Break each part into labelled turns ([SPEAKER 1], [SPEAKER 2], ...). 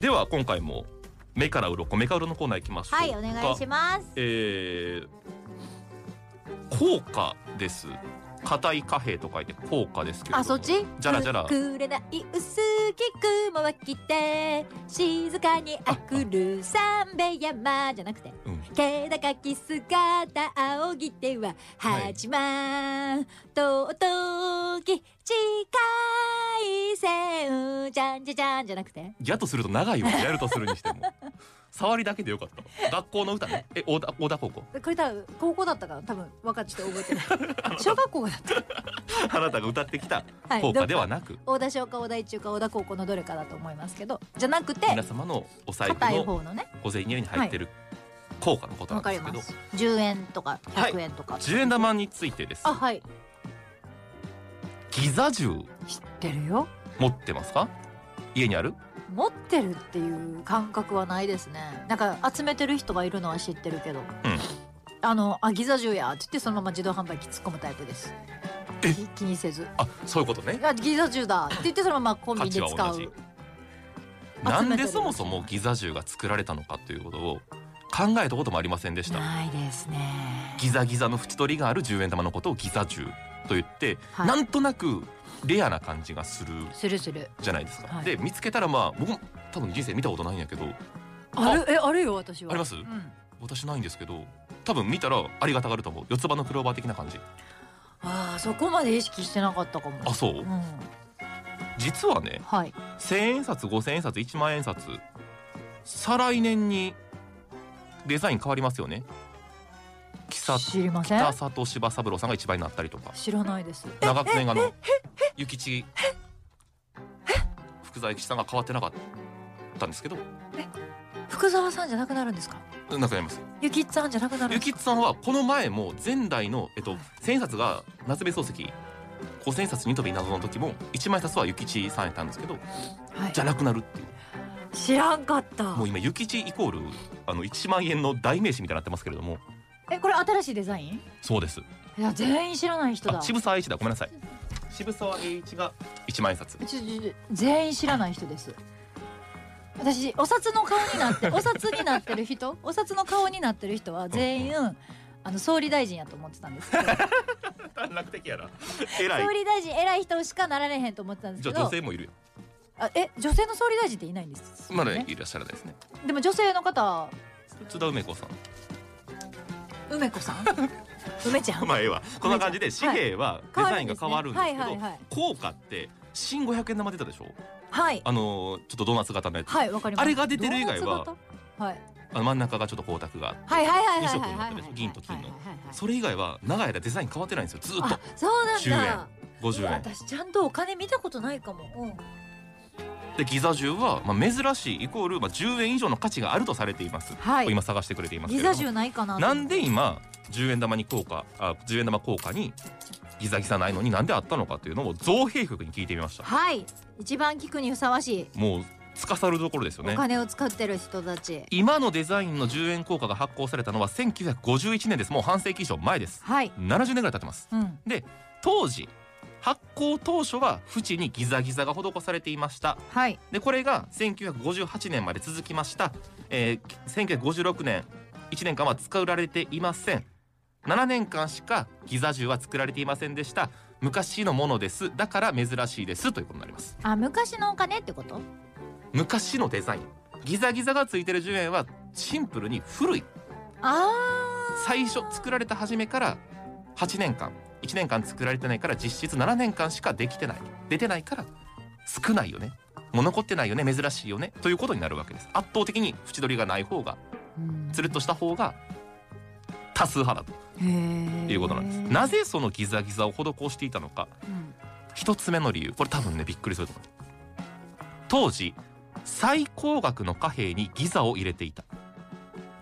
[SPEAKER 1] では今回も目から鱗目から鱗のコーナーいきましょう
[SPEAKER 2] はいお願いし
[SPEAKER 1] ま
[SPEAKER 2] ます
[SPEAKER 1] すえー、効果です硬い貨幣と書いて効果ですけれども
[SPEAKER 2] あそっち
[SPEAKER 1] じゃらじゃら
[SPEAKER 2] くれない薄き雲は来て静かにあくる三兵衛山じゃなくて
[SPEAKER 1] うん
[SPEAKER 2] 気高き姿仰ぎては
[SPEAKER 1] はい
[SPEAKER 2] 八幡とうとき近いせうじゃんじゃじゃんじゃなくて
[SPEAKER 1] やとすると長いわやるとするにしても 触りだけでよかった学校の歌ねえ大田大田高校
[SPEAKER 2] これ多分高校だったから多分分かっちゃって覚えてない 小学校だっ
[SPEAKER 1] あなたが歌ってきた
[SPEAKER 2] た、はい、
[SPEAKER 1] 効果では
[SPEAKER 2] どっか
[SPEAKER 1] なく、
[SPEAKER 2] 大田小か大田一中か大田高校のどれかだと思いますけどじゃなくて
[SPEAKER 1] 皆様のお財布
[SPEAKER 2] 硬い
[SPEAKER 1] の
[SPEAKER 2] 方のね
[SPEAKER 1] 小銭入れに入ってる効果のことな
[SPEAKER 2] わ
[SPEAKER 1] ん
[SPEAKER 2] か
[SPEAKER 1] で
[SPEAKER 2] り
[SPEAKER 1] すけ
[SPEAKER 2] ま
[SPEAKER 1] ど
[SPEAKER 2] す10円とか
[SPEAKER 1] はい
[SPEAKER 2] 100円とか、
[SPEAKER 1] 十円玉についてです
[SPEAKER 2] あはい
[SPEAKER 1] ギザ銃
[SPEAKER 2] 知ってるよ
[SPEAKER 1] 持ってますか家にある
[SPEAKER 2] 持ってるっていう感覚はないですねなんか集めてる人がいるのは知ってるけど、あのあギザ銃やって言ってそのまま自動販売機突っ込むタイプです
[SPEAKER 1] え
[SPEAKER 2] き気にせず
[SPEAKER 1] あそういうことね
[SPEAKER 2] あギザ銃だって言ってその ままコンビニで
[SPEAKER 1] 価値は同
[SPEAKER 2] 使
[SPEAKER 1] じ
[SPEAKER 2] う
[SPEAKER 1] なんでそもそもギザ銃が作られたのかということを考えたこともありませんでした
[SPEAKER 2] ないですね
[SPEAKER 1] ギザギザの縁取りがある十円玉のことをギザ銃と言って、
[SPEAKER 2] はい
[SPEAKER 1] なんとなくレアな感じがする
[SPEAKER 2] するする
[SPEAKER 1] じゃないですか、
[SPEAKER 2] はい
[SPEAKER 1] で見つけたらまあ僕も多分人生見たことないんやけど
[SPEAKER 2] あるえあるよ私は
[SPEAKER 1] あります
[SPEAKER 2] うん、
[SPEAKER 1] 私ないんですけど多分見たらありがたがると思う四つ葉のクローバー的な感じ
[SPEAKER 2] あーそこまで意識してなかったかも
[SPEAKER 1] あそううん実はね
[SPEAKER 2] はい
[SPEAKER 1] 千円札五千円札一万円札再来年にデザイン変わりますよね木さ
[SPEAKER 2] 知りません
[SPEAKER 1] 北里柴三郎さんが一番になったりとか
[SPEAKER 2] 知らないです
[SPEAKER 1] 長久年があの諭吉福沢諭吉さんが変わってなかったんですけど
[SPEAKER 2] 福沢さんじゃなくなるんですか
[SPEAKER 1] なくなります
[SPEAKER 2] ゆきっさんじゃなくなるん
[SPEAKER 1] ゆ
[SPEAKER 2] で
[SPEAKER 1] き
[SPEAKER 2] すか
[SPEAKER 1] つさんはこの前も前代の、えっと、千円札が夏目漱石五千円札二飛び謎の時も一枚札は諭吉さんやったんですけど
[SPEAKER 2] はい
[SPEAKER 1] じゃなくなるっていう
[SPEAKER 2] 知らんかった
[SPEAKER 1] もう今諭吉イコールあの一万円の代名詞みたいになってますけれども
[SPEAKER 2] えこれ新しいデザイン
[SPEAKER 1] そうです
[SPEAKER 2] いや全員知らない人だ
[SPEAKER 1] あ
[SPEAKER 2] ちょ
[SPEAKER 1] 渋沢栄一だごめんなさい渋沢栄一が一万円札
[SPEAKER 2] ちょちょ全員知らない人です私お札の顔にな ってお札になってる人お札の顔になってる人は全員あの総理大臣やと思ってたんですけど総
[SPEAKER 1] 短絡的 やな偉い
[SPEAKER 2] 理大臣偉い人しかなられへんと思ってたんです
[SPEAKER 1] じゃ
[SPEAKER 2] け
[SPEAKER 1] あ女
[SPEAKER 2] ど
[SPEAKER 1] 性もいるよ
[SPEAKER 2] あえ女性の総理大臣っていないんです
[SPEAKER 1] まだ
[SPEAKER 2] ね
[SPEAKER 1] いらっしゃらないですね
[SPEAKER 2] でも女性の方
[SPEAKER 1] 津田梅子さん
[SPEAKER 2] 梅子さん梅ちゃん
[SPEAKER 1] まあええわこんな感じで紙幣はデザインが変わるんですけ
[SPEAKER 2] はいはい
[SPEAKER 1] ど
[SPEAKER 2] はい
[SPEAKER 1] 効果って新500円玉出たでしょ
[SPEAKER 2] はい
[SPEAKER 1] あのーちょっとドーナツ型のやつ
[SPEAKER 2] はいわかります
[SPEAKER 1] あれが出てる以外は
[SPEAKER 2] ドーナツ型はい
[SPEAKER 1] あの真ん中がちょっと光沢があって
[SPEAKER 2] はいはいはいはい
[SPEAKER 1] 二
[SPEAKER 2] は
[SPEAKER 1] 色
[SPEAKER 2] い
[SPEAKER 1] にな
[SPEAKER 2] は
[SPEAKER 1] ってる
[SPEAKER 2] いはい
[SPEAKER 1] でしょ銀と金の
[SPEAKER 2] はいはいはい
[SPEAKER 1] それ以外は長い間デザイン変わってないんですよずーっと
[SPEAKER 2] あそうなんだ
[SPEAKER 1] 10円50円
[SPEAKER 2] 私ちゃんとお金見たことないかも、うん、
[SPEAKER 1] でギザ銃は、まあ、珍しいイコール、まあ、10円以上の価値があるとされています、
[SPEAKER 2] はい
[SPEAKER 1] 今探してくれていますけ
[SPEAKER 2] ギ
[SPEAKER 1] れど
[SPEAKER 2] ザ
[SPEAKER 1] も
[SPEAKER 2] 銃ないかなと思
[SPEAKER 1] な
[SPEAKER 2] って
[SPEAKER 1] んで今10円玉に効果あ10円玉効果にギザギザないのになんであったのかというのを造幣局に聞いてみました
[SPEAKER 2] はい一番聞くにふさわしい
[SPEAKER 1] もう司るところですよ
[SPEAKER 2] お
[SPEAKER 1] ね
[SPEAKER 2] 金を使ってる人たち、
[SPEAKER 1] 今のデザインの10円硬貨が発行されたのは1951年ですもう半世紀以上前です
[SPEAKER 2] はい
[SPEAKER 1] 70年ぐらい経ってます
[SPEAKER 2] うん
[SPEAKER 1] 当時発行当初は縁にギザギザが施されていました
[SPEAKER 2] はい
[SPEAKER 1] でこれが1958年まで続きました、えー、1956年1年間は使われていません7年間しかギザ銃は作られていませんでした昔のものですだから珍しいですということになります
[SPEAKER 2] あ昔のお金ってこと
[SPEAKER 1] 昔のデザインギザギザがついてる10円はシンプルに古い
[SPEAKER 2] あ
[SPEAKER 1] 最初作られた初めから8年間1年間作られてないから実質7年間しかできてない出てないから少ないよねもう残ってないよね珍しいよねということになるわけです圧倒的に縁取りがない方がつるっとした方が多数派だ
[SPEAKER 2] へえ
[SPEAKER 1] ということなんですなぜそのギザギザを施していたのか一つ目の理由これ多分ねびっくりすると思う当時最高額の貨幣にギザを入れていた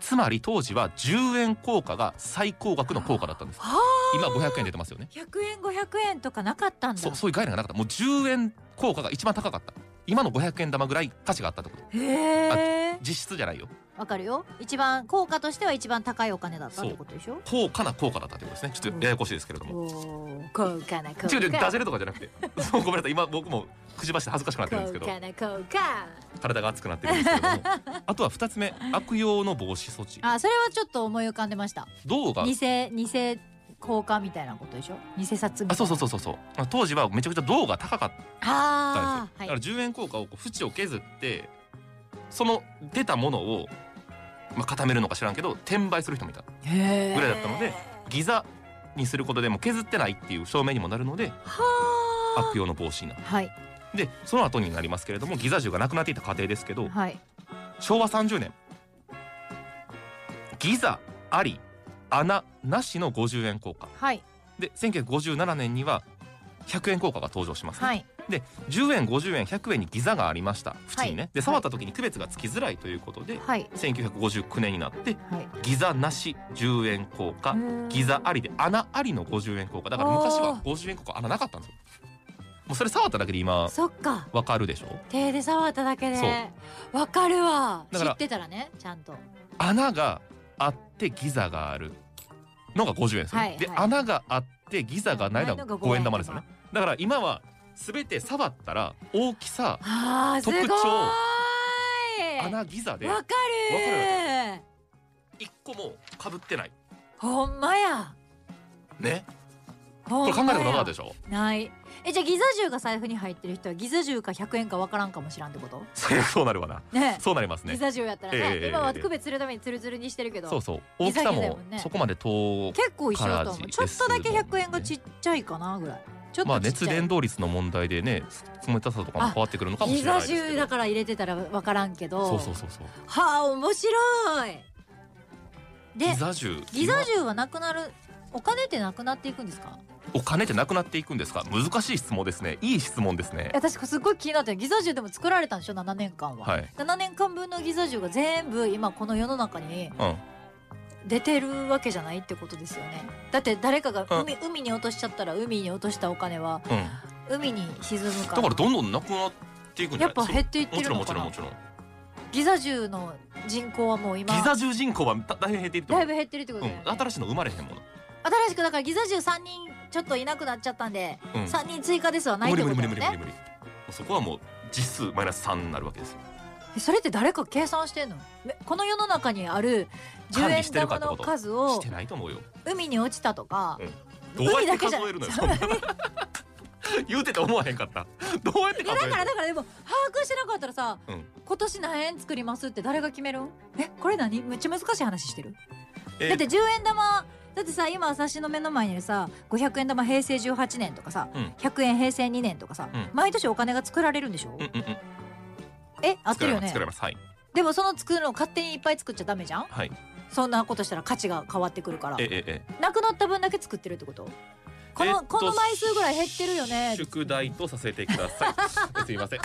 [SPEAKER 1] つまり当時は10円硬貨が最高額の硬貨だったんです
[SPEAKER 2] は
[SPEAKER 1] 今500円出てますよね
[SPEAKER 2] あ100円500円とかなかったんだ
[SPEAKER 1] そうそういう概念がなかったもう10円硬貨が一番高かった今の500円玉ぐらい価値があったってこと
[SPEAKER 2] へえ
[SPEAKER 1] 実質じゃないよ
[SPEAKER 2] わかるよ一番効果としては一番高いお金だったってことでしょ
[SPEAKER 1] 高価な効果だったってことですねちょっとややこしいですけれども
[SPEAKER 2] おー高価な効
[SPEAKER 1] 違う違うダジャ
[SPEAKER 2] 果
[SPEAKER 1] レとかじゃなくて そうごめんなさい今僕もくじばして恥ずかしくなってるんですけ
[SPEAKER 2] 高
[SPEAKER 1] ど
[SPEAKER 2] 価な効果
[SPEAKER 1] 体が熱くなってるんですけれどもあとは2つ目悪用の防止措置
[SPEAKER 2] あそれはちょっと思い浮かんでました
[SPEAKER 1] 銅が
[SPEAKER 2] 偽偽効果みたいなことでしょ偽札みた
[SPEAKER 1] あ
[SPEAKER 2] いな
[SPEAKER 1] そうそうそうそうそうまあ当時はめちゃくちゃ銅が高かったんですよ
[SPEAKER 2] あー
[SPEAKER 1] だから
[SPEAKER 2] はい
[SPEAKER 1] 10円硬貨をこう縁を削ってその出たものを、まあ、固めるのか知らんけど転売する人もいた
[SPEAKER 2] へー
[SPEAKER 1] ぐらいだったのでギザにすることでも削ってないっていう証明にもなるので
[SPEAKER 2] は
[SPEAKER 1] 悪用の防止になる
[SPEAKER 2] あはい
[SPEAKER 1] でその後になりますけれどもギザ銃がなくなっていた過程ですけど
[SPEAKER 2] はい
[SPEAKER 1] 昭和30年ギザあり穴なしの50円硬貨
[SPEAKER 2] はい
[SPEAKER 1] で1957年には100円硬貨が登場します、ね
[SPEAKER 2] はい
[SPEAKER 1] で10円50円100円にギザがありました縁にね、
[SPEAKER 2] はい
[SPEAKER 1] で触った時に区別がつきづらいということで、
[SPEAKER 2] はい
[SPEAKER 1] 1959年になって
[SPEAKER 2] はい
[SPEAKER 1] ギザなし10円硬貨ギザありで穴ありの50円硬貨だから昔は50円硬貨穴なかったんですよもうそれ触っただけで今
[SPEAKER 2] そっか
[SPEAKER 1] わかるでしょ
[SPEAKER 2] 手で触っただけ
[SPEAKER 1] そう
[SPEAKER 2] でわかるわ知
[SPEAKER 1] だから
[SPEAKER 2] ってたらねちゃんと
[SPEAKER 1] 穴があってギザがあるのが50円ですよね、
[SPEAKER 2] はい
[SPEAKER 1] で
[SPEAKER 2] はい
[SPEAKER 1] 穴があってギザがないのが5円玉ですよね
[SPEAKER 2] な
[SPEAKER 1] だから今は全て触ったら大きさ
[SPEAKER 2] あーすご
[SPEAKER 1] 特
[SPEAKER 2] ーい
[SPEAKER 1] 徴穴ギザで
[SPEAKER 2] わかる
[SPEAKER 1] 一個も被ってない
[SPEAKER 2] ほんまや
[SPEAKER 1] ねこ
[SPEAKER 2] ほん
[SPEAKER 1] れ
[SPEAKER 2] ま
[SPEAKER 1] 考えたことなかった
[SPEAKER 2] や
[SPEAKER 1] でしょ
[SPEAKER 2] ないえじゃあギザ銃が財布に入ってる人はギザ銃か100円かわからんかもしらんってこと
[SPEAKER 1] そりゃそうなるわな
[SPEAKER 2] ね
[SPEAKER 1] そうなります
[SPEAKER 2] ギ
[SPEAKER 1] ね
[SPEAKER 2] ザ銃やったらね、
[SPEAKER 1] ええ
[SPEAKER 2] 今は区別するためにツルツルにしてるけど
[SPEAKER 1] そうそう大
[SPEAKER 2] ギ
[SPEAKER 1] き
[SPEAKER 2] ザ
[SPEAKER 1] さ
[SPEAKER 2] ギザや
[SPEAKER 1] も
[SPEAKER 2] もんね
[SPEAKER 1] そこまで遠
[SPEAKER 2] 結構一緒だと思う
[SPEAKER 1] カラー味
[SPEAKER 2] ちょっとだけ
[SPEAKER 1] ですもんね
[SPEAKER 2] 100円がちっちゃいかなぐらいちょっ
[SPEAKER 1] まあ
[SPEAKER 2] とちっ
[SPEAKER 1] 熱
[SPEAKER 2] ちゃい、
[SPEAKER 1] 伝導率の問題でね冷たさとかも変わってくるのかも
[SPEAKER 2] ギ
[SPEAKER 1] しれない
[SPEAKER 2] ザ
[SPEAKER 1] ですけ
[SPEAKER 2] 銃
[SPEAKER 1] ど
[SPEAKER 2] だから入れてたらわからんけど
[SPEAKER 1] そうそうそうそう
[SPEAKER 2] はあ面白いで
[SPEAKER 1] ギザ銃
[SPEAKER 2] ギザ銃はなくなるお金ってなくなっていくんですか
[SPEAKER 1] 今お金ってなくなっていくんですか難しい質問ですねいい質問ですね
[SPEAKER 2] いや私すごい気になってるギザ銃でも作られたんでしょ7年間は、
[SPEAKER 1] はい
[SPEAKER 2] 7年間分のギザ銃が全部今この世の中に
[SPEAKER 1] うん
[SPEAKER 2] 出てるわけじゃないってことですよねだって誰かが海,、海に落としちゃったら海に落としたお金は
[SPEAKER 1] うん
[SPEAKER 2] 海に沈む
[SPEAKER 1] だ
[SPEAKER 2] から
[SPEAKER 1] からどんどんなくなっていくんじ
[SPEAKER 2] や
[SPEAKER 1] ゃ
[SPEAKER 2] っ
[SPEAKER 1] ない
[SPEAKER 2] ぱ減
[SPEAKER 1] っ
[SPEAKER 2] っていって
[SPEAKER 1] もち
[SPEAKER 2] る
[SPEAKER 1] ろん
[SPEAKER 2] の
[SPEAKER 1] もち
[SPEAKER 2] か
[SPEAKER 1] ろんも
[SPEAKER 2] な
[SPEAKER 1] ちろん
[SPEAKER 2] ギザ銃の人口はもう今
[SPEAKER 1] ギザ銃人口は大変減っていると思
[SPEAKER 2] だいうぶ減ってるってこと
[SPEAKER 1] う
[SPEAKER 2] だよね、
[SPEAKER 1] ん新しいの生まれへんもの
[SPEAKER 2] 新しくだからギザ銃3人ちょっといなくなっちゃったんで、
[SPEAKER 1] うん
[SPEAKER 2] 3人追加ですはないっ
[SPEAKER 1] 無
[SPEAKER 2] て
[SPEAKER 1] 理
[SPEAKER 2] こ
[SPEAKER 1] 無理
[SPEAKER 2] と
[SPEAKER 1] 無
[SPEAKER 2] だ
[SPEAKER 1] 理
[SPEAKER 2] よ
[SPEAKER 1] 無理無
[SPEAKER 2] ね
[SPEAKER 1] 理無理もうそこはもう実数マイナス3になるわけですよ
[SPEAKER 2] えそれって誰か計算してんのめこの世の中にある
[SPEAKER 1] 管
[SPEAKER 2] 10
[SPEAKER 1] 理
[SPEAKER 2] 円
[SPEAKER 1] してるか
[SPEAKER 2] 玉
[SPEAKER 1] ってこ
[SPEAKER 2] の
[SPEAKER 1] と
[SPEAKER 2] 数
[SPEAKER 1] し
[SPEAKER 2] を
[SPEAKER 1] てないと思うよ
[SPEAKER 2] 海に落ちたとか、
[SPEAKER 1] どうやっ
[SPEAKER 2] 海
[SPEAKER 1] て
[SPEAKER 2] だけじ
[SPEAKER 1] 数
[SPEAKER 2] ゃ
[SPEAKER 1] えるのよそんな言うてて思わへんかったどうやって
[SPEAKER 2] いや
[SPEAKER 1] 数え
[SPEAKER 2] だ
[SPEAKER 1] る
[SPEAKER 2] から
[SPEAKER 1] の
[SPEAKER 2] だからでも把握してなかったらさ、
[SPEAKER 1] うん
[SPEAKER 2] 今年何円作りますって誰が決めるんえこれ何めっちゃ難しい話してる
[SPEAKER 1] え
[SPEAKER 2] だって10円玉だってさ今私の目の前にいるさ500円玉平成18年とかさ、
[SPEAKER 1] うん
[SPEAKER 2] 100円平成2年とかさ、
[SPEAKER 1] うん
[SPEAKER 2] 毎年お金が作られるんでしょ、
[SPEAKER 1] うんうんうん
[SPEAKER 2] え合ってるよ
[SPEAKER 1] 作れ
[SPEAKER 2] ね
[SPEAKER 1] ますはい
[SPEAKER 2] でもその作るのを勝手にいっぱい作っちゃダメじゃん
[SPEAKER 1] はい
[SPEAKER 2] そんなことしたら価値が変わってくるから
[SPEAKER 1] えええ
[SPEAKER 2] なくなった分だけ作ってるってことこの、
[SPEAKER 1] えっと
[SPEAKER 2] この枚数ぐらい減ってるよね
[SPEAKER 1] え宿題とさせてくださいえすいま せん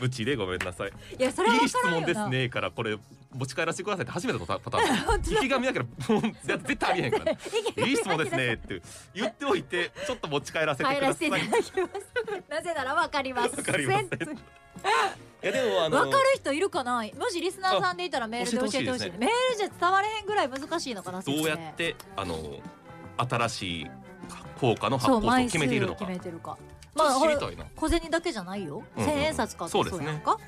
[SPEAKER 1] 無知でごめんなさい
[SPEAKER 2] いやそれはい分
[SPEAKER 1] い質
[SPEAKER 2] からんよ
[SPEAKER 1] 問で
[SPEAKER 2] な
[SPEAKER 1] すねからこれ持ち帰らせてくださいって初めてのパターン
[SPEAKER 2] 本 当だ
[SPEAKER 1] 生き神だからもう絶対ありえへん からねいい質問ですねって言っておいてちょっと持ち帰らせて
[SPEAKER 2] 入
[SPEAKER 1] くだ
[SPEAKER 2] ら
[SPEAKER 1] さ
[SPEAKER 2] せて
[SPEAKER 1] い
[SPEAKER 2] いただきます。なぜならわかります。
[SPEAKER 1] わかりませんいやでもあ
[SPEAKER 2] わかる人いるかな。もしリスナーさんでいたらメールで教えて
[SPEAKER 1] 教えて
[SPEAKER 2] ほ
[SPEAKER 1] ほ
[SPEAKER 2] し
[SPEAKER 1] し
[SPEAKER 2] い
[SPEAKER 1] い
[SPEAKER 2] ね。
[SPEAKER 1] ですね
[SPEAKER 2] メールじゃ伝われへんぐらい難しいのかな。
[SPEAKER 1] どうや
[SPEAKER 2] 説明
[SPEAKER 1] ってあの新しい効果の発
[SPEAKER 2] そ
[SPEAKER 1] 行
[SPEAKER 2] う
[SPEAKER 1] 数を
[SPEAKER 2] 枚
[SPEAKER 1] 決
[SPEAKER 2] 数
[SPEAKER 1] めているの
[SPEAKER 2] を
[SPEAKER 1] か
[SPEAKER 2] 決めてるか。
[SPEAKER 1] ちょ
[SPEAKER 2] ま
[SPEAKER 1] っ
[SPEAKER 2] あ
[SPEAKER 1] と
[SPEAKER 2] ほ
[SPEAKER 1] 知り
[SPEAKER 2] ら
[SPEAKER 1] たいな
[SPEAKER 2] 小銭だけじゃないよ。
[SPEAKER 1] うんうん
[SPEAKER 2] 千円札買って
[SPEAKER 1] そうですね
[SPEAKER 2] やんか。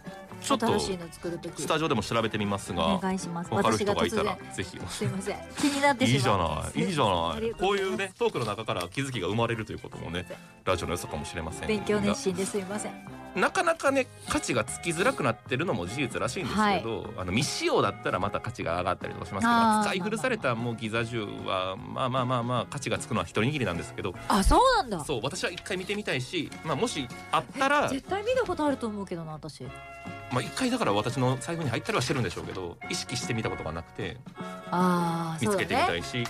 [SPEAKER 1] ちょっと
[SPEAKER 2] 新しいの作るとき
[SPEAKER 1] ス。タジオでも調べてみます
[SPEAKER 2] お
[SPEAKER 1] が
[SPEAKER 2] 願いします。
[SPEAKER 1] 分かる
[SPEAKER 2] 私
[SPEAKER 1] 人
[SPEAKER 2] が
[SPEAKER 1] が
[SPEAKER 2] 突
[SPEAKER 1] いたら
[SPEAKER 2] 然。
[SPEAKER 1] ぜひ
[SPEAKER 2] すいません。気になって
[SPEAKER 1] いい
[SPEAKER 2] し
[SPEAKER 1] じゃ
[SPEAKER 2] ま
[SPEAKER 1] ないいいじゃ
[SPEAKER 2] あ
[SPEAKER 1] な
[SPEAKER 2] り
[SPEAKER 1] い
[SPEAKER 2] がと
[SPEAKER 1] こ
[SPEAKER 2] うご
[SPEAKER 1] う
[SPEAKER 2] ざ
[SPEAKER 1] い
[SPEAKER 2] い
[SPEAKER 1] う
[SPEAKER 2] ます
[SPEAKER 1] ねトークの中から気づきが生まれるということもねラジオの良さかもしれません
[SPEAKER 2] 勉強熱心ですいません。
[SPEAKER 1] なかなかね価値がつきづらくなってるのも事実らしいんですけど、あの未使用だったらまた価値が上がったりとかしますけど
[SPEAKER 2] あー
[SPEAKER 1] 使い古されたもうギザ銃はまあまあまあまあ価値がつくのは一握りなんですけど
[SPEAKER 2] あそうなんだ。
[SPEAKER 1] そう私は一回見てみたいし、まあ、もしあったら
[SPEAKER 2] 絶対見たことあると思うけどな私。
[SPEAKER 1] まあ、一回だから私の財布に入ったりはしてるんでしょうけど意識してみたことがなくて
[SPEAKER 2] ああ
[SPEAKER 1] 見
[SPEAKER 2] そ
[SPEAKER 1] つ
[SPEAKER 2] う
[SPEAKER 1] け
[SPEAKER 2] だ
[SPEAKER 1] てみた
[SPEAKER 2] ね。
[SPEAKER 1] いし、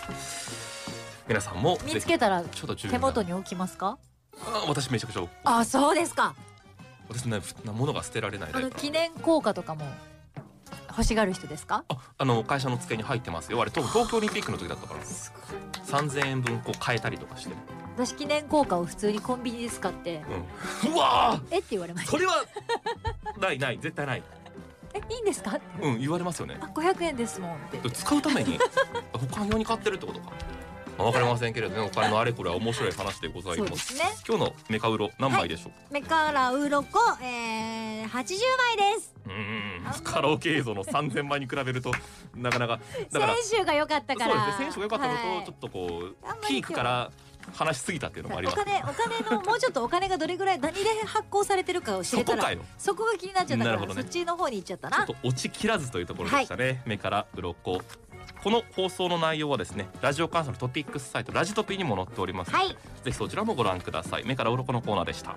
[SPEAKER 1] 皆さんも
[SPEAKER 2] 見
[SPEAKER 1] ぜ
[SPEAKER 2] つ
[SPEAKER 1] ひ
[SPEAKER 2] けたら
[SPEAKER 1] ちょっと注意
[SPEAKER 2] 手元に置きますか。
[SPEAKER 1] あ私めちゃくちゃ
[SPEAKER 2] あそうですか
[SPEAKER 1] 私ねふ物が捨てられない
[SPEAKER 2] あ
[SPEAKER 1] タイ
[SPEAKER 2] の
[SPEAKER 1] プ
[SPEAKER 2] 記念硬貨とかも欲しがる人ですか
[SPEAKER 1] ああの会社の机に入ってますよあれ東東京オリンピックの時だったから
[SPEAKER 2] すごい
[SPEAKER 1] 3000円分こう変えたりとかして
[SPEAKER 2] 私記念硬貨を普通にコンビニで使って
[SPEAKER 1] うわ
[SPEAKER 2] えって言われま
[SPEAKER 1] ー
[SPEAKER 2] し
[SPEAKER 1] それは ないない絶対ない
[SPEAKER 2] たえいいんですかって
[SPEAKER 1] うん言われますよね
[SPEAKER 2] あ500円ですもんって
[SPEAKER 1] 使うために 他用に買ってるってことかまあわかりませんけれどねお金のあれこれは面白い話でござい
[SPEAKER 2] そう
[SPEAKER 1] ま
[SPEAKER 2] ですすね
[SPEAKER 1] 今日のメカウロ何枚でしょ
[SPEAKER 2] 目から鱗えー、80枚です
[SPEAKER 1] う、うーんカラオケ映像の3000枚に比べるとなかなかだから
[SPEAKER 2] 選手が良かったから
[SPEAKER 1] そうですね選手が良かったのと、
[SPEAKER 2] はい
[SPEAKER 1] ちょっとこう
[SPEAKER 2] あんまり今日は
[SPEAKER 1] ピークから話しすぎたっていうのもあり
[SPEAKER 2] お
[SPEAKER 1] ますけど
[SPEAKER 2] 金お金のもうちょっとお金がどれぐらい何で発行されてるかを知
[SPEAKER 1] そ
[SPEAKER 2] れた
[SPEAKER 1] こ
[SPEAKER 2] ら
[SPEAKER 1] かよ
[SPEAKER 2] そこが気になっちゃっ
[SPEAKER 1] な
[SPEAKER 2] たか
[SPEAKER 1] る
[SPEAKER 2] ら、
[SPEAKER 1] ほど
[SPEAKER 2] そ
[SPEAKER 1] ね
[SPEAKER 2] っちの方に行っちゃった
[SPEAKER 1] ちょ
[SPEAKER 2] な
[SPEAKER 1] っと落ちきらずというところでしたね、目から鱗この放送の内容はですねラジオ関西のトピックスサイトラジトピにも載っておりますので、
[SPEAKER 2] はい
[SPEAKER 1] ぜひそちらもご覧ください目から鱗のコーナーでした